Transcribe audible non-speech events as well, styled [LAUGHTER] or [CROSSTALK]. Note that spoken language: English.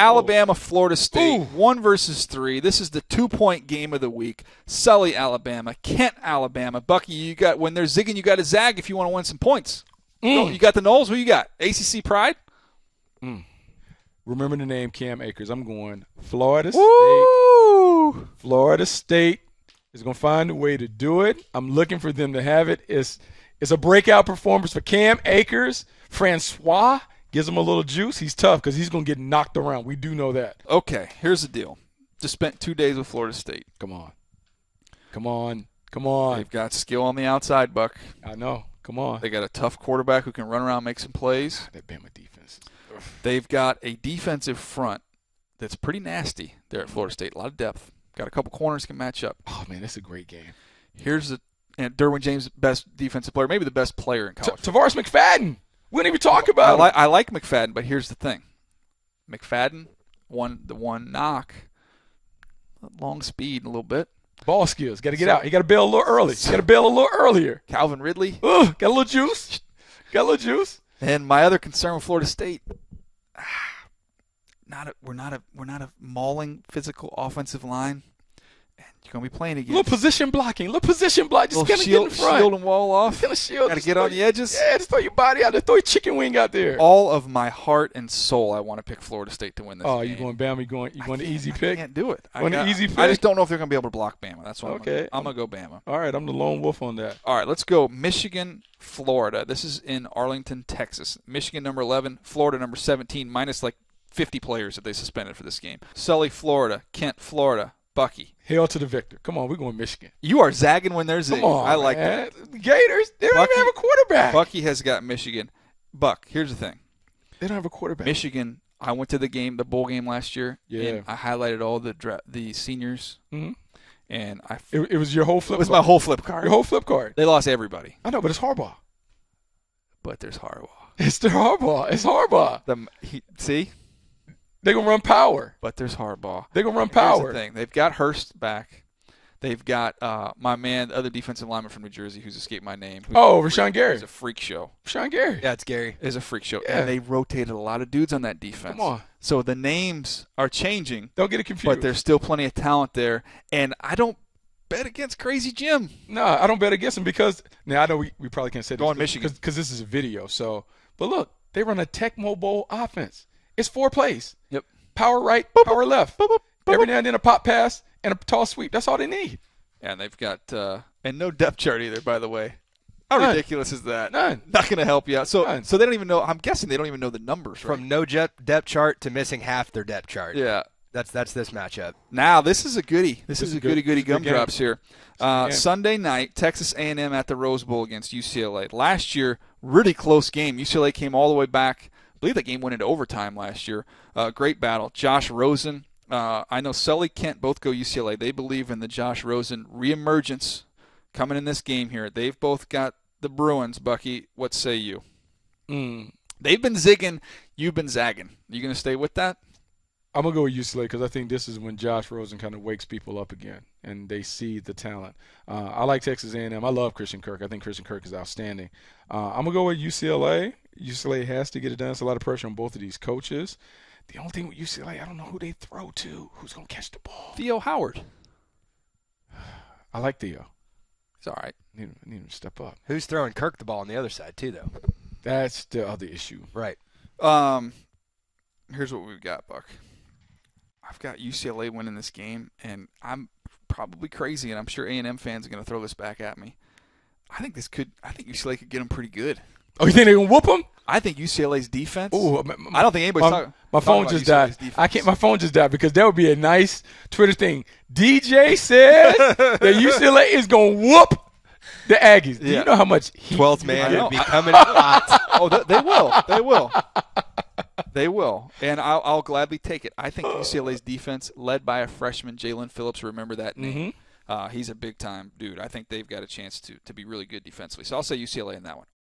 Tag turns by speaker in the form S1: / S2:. S1: Alabama, Florida State, one versus three. This is the two point game of the week. Sully, Alabama, Kent, Alabama. Bucky, you got when they're zigging, you got to zag if you want to win some points. No, You got the Knowles. Who you got? ACC Pride.
S2: Remember the name Cam Akers. I'm going Florida State.
S1: Ooh.
S2: Florida State is going to find a way to do it. I'm looking for them to have it. It's it's a breakout performance for Cam Akers. Francois gives him a little juice. He's tough because he's going to get knocked around. We do know that.
S1: Okay, here's the deal. Just spent two days with Florida State.
S2: Come on, come on, come on.
S1: They've got skill on the outside, Buck.
S2: I know. Come on.
S1: They got a tough quarterback who can run around, and make some plays.
S2: That Bama defense.
S1: They've got a defensive front that's pretty nasty there at Florida State. A lot of depth. Got a couple corners can match up.
S2: Oh man, that's a great game.
S1: Here's the and Derwin James, best defensive player, maybe the best player in
S2: T-
S1: college.
S2: Tavares McFadden. We didn't even talk
S1: I,
S2: about
S1: li-
S2: it.
S1: I like McFadden, but here's the thing: McFadden, one the one knock, long speed a little bit.
S2: Ball skills. Got to get out. You got to bail a little early. You got to bail a little earlier.
S1: Calvin Ridley,
S2: Ooh, got a little juice. Got a little juice.
S1: And my other concern with Florida State, [SIGHS] ah, not a, we're not a we're not a mauling physical offensive line, and you're gonna be playing
S2: A
S1: again.
S2: little position blocking. little position block. Just
S1: Little
S2: gotta get in
S1: shield,
S2: front.
S1: shield and wall off.
S2: Kinda shield.
S1: Gotta
S2: Just
S1: get
S2: throw
S1: on the
S2: your-
S1: edges.
S2: Yeah, just throw your body out there. Throw your chicken wing out there. Oh,
S1: All of my heart and soul, I want to pick Florida State to win this.
S2: you
S1: game.
S2: going Bama? You going? You going to
S1: Can't-
S2: easy
S1: I
S2: pick?
S1: Can't do it. I
S2: Want an
S1: got-
S2: easy
S1: I
S2: pick?
S1: just don't know if they're gonna be able to block Bama. That's why
S2: Okay.
S1: I'm, gonna, I'm gonna go Bama.
S2: All right, I'm the lone wolf on that.
S1: All right, let's go. Michigan, Florida. This is in Arlington, Texas. Michigan number 11, Florida number 17, minus like 50 players that they suspended for this game. Sully, Florida. Kent, Florida. Bucky.
S2: Hail to the victor. Come on, we're going Michigan.
S1: You are zagging when there's
S2: Come on,
S1: I like
S2: man. that. Gators. They don't
S1: Bucky-
S2: even have a quarterback.
S1: that. Bucky has got Michigan. Buck, here's the thing.
S2: They don't have a quarterback.
S1: Michigan, I went to the game, the bowl game last year,
S2: Yeah.
S1: and I highlighted all the dra- the seniors,
S2: Mhm.
S1: and I f- it
S2: It, it was your whole flip.
S1: was my
S2: card.
S1: whole flip card.
S2: your whole flip card.
S1: They lost everybody,
S2: I know, but it's Harbaugh. [LAUGHS]
S1: but there's Harbaugh.
S2: It's the Harbaugh. It's Harbaugh.
S1: The, he, see,
S2: They're gonna run power.
S1: but there's Harbaugh.
S2: They're gonna run
S1: Here's
S2: power.
S1: the thing. They've got Hurst back. They've got uh, my man, the other defensive lineman from New Jersey, who's escaped my name. Who's
S2: Oh,
S1: a freak-
S2: Rashawn Gary.
S1: Is a freak show.
S2: Sean Gary.
S3: Yeah, it's Gary.
S1: Is a freak show.
S2: Yeah.
S1: And they rotated a lot of dudes on that defense.
S2: Come on.
S1: So the names are changing,
S2: Don't get it confused.
S1: but there's still plenty of talent there. And I don't bet against Crazy Jim.
S2: No, I don't bet against them because now I know we, we probably can't say
S1: Go on Michigan.
S2: because this is a video. So, but look, they run a Tecmo Bowl offense. It's four plays.
S1: Yep.
S2: Power right, power left. Every now and then a pop pass and a tall sweep. That's all they need.
S1: And they've got uh, and no depth chart either, by the way. How
S2: None.
S1: ridiculous is that?
S2: None.
S1: Not going to help you out. So
S2: None.
S1: so they don't even know. I'm guessing they don't even know the numbers, right?
S3: From no je- depth chart to missing half their depth chart.
S1: yeah.
S3: That's that's this matchup.
S1: Now this is a goodie. This, is,
S2: is
S1: a
S2: good.
S1: goody goody
S2: This is a good
S1: gumdrops here. Uh,
S2: game.
S1: Sunday night, Texas A&M at the Rose Bowl against UCLA. Last year, really close game. UCLA came all the way back. I believe that game went into overtime last year. Uh, great battle. Josh Rosen. Uh, I know Sully Kent both go UCLA. They believe in the Josh Rosen reemergence coming in this game here. They've both got the Bruins. Bucky, what say you?
S2: Mm.
S1: They've been zigging. You've been zagging. You going to stay with that?
S2: I'm gonna go with UCLA because I think this is when Josh Rosen kind of wakes people up again and they see the talent. Uh, I like Texas A&M. I love Christian Kirk. I think Christian Kirk is outstanding. Uh, I'm gonna go with UCLA. UCLA has to get it done. It's a lot of pressure on both of these coaches. The only thing with UCLA, I don't know who they throw to. Who's gonna catch the ball?
S1: Theo Howard.
S2: I like Theo.
S1: It's all right.
S2: I need, him- I need him to step up.
S3: Who's throwing Kirk the ball on the other side too, though?
S2: That's the other issue.
S3: Right.
S1: Um, here's what we've got, Buck. I've got UCLA winning this game, and I'm probably crazy, and I'm sure A&M fans are going to throw this back at me. I think this could. I think UCLA could get them pretty good.
S2: Oh, you think they're gonna whoop him?
S1: I think UCLA's defense.
S2: Ooh, my- my-
S1: I don't think anybody's
S2: my,
S1: talking.
S2: my
S1: talking
S2: phone
S1: about
S2: just died.
S1: UCLA's defense.
S2: I can't. My phone just died because that would be a nice Twitter thing. DJ says that UCLA is gonna whoop the Aggies. Do
S1: Yeah.
S2: you know how much heat
S3: Twelfth
S2: you
S3: man
S2: get?
S3: would be coming hot.
S1: [LAUGHS] oh, they, they will. They will. They will, and I'll, I'll gladly take it. I think UCLA's defense, led by a freshman, Jalen Phillips, remember that
S3: Mm-hmm.
S2: Mm-hmm.
S1: name. Uh, he's a big time dude. I think they've got a chance to, to be really good defensively. So I'll say UCLA in that one.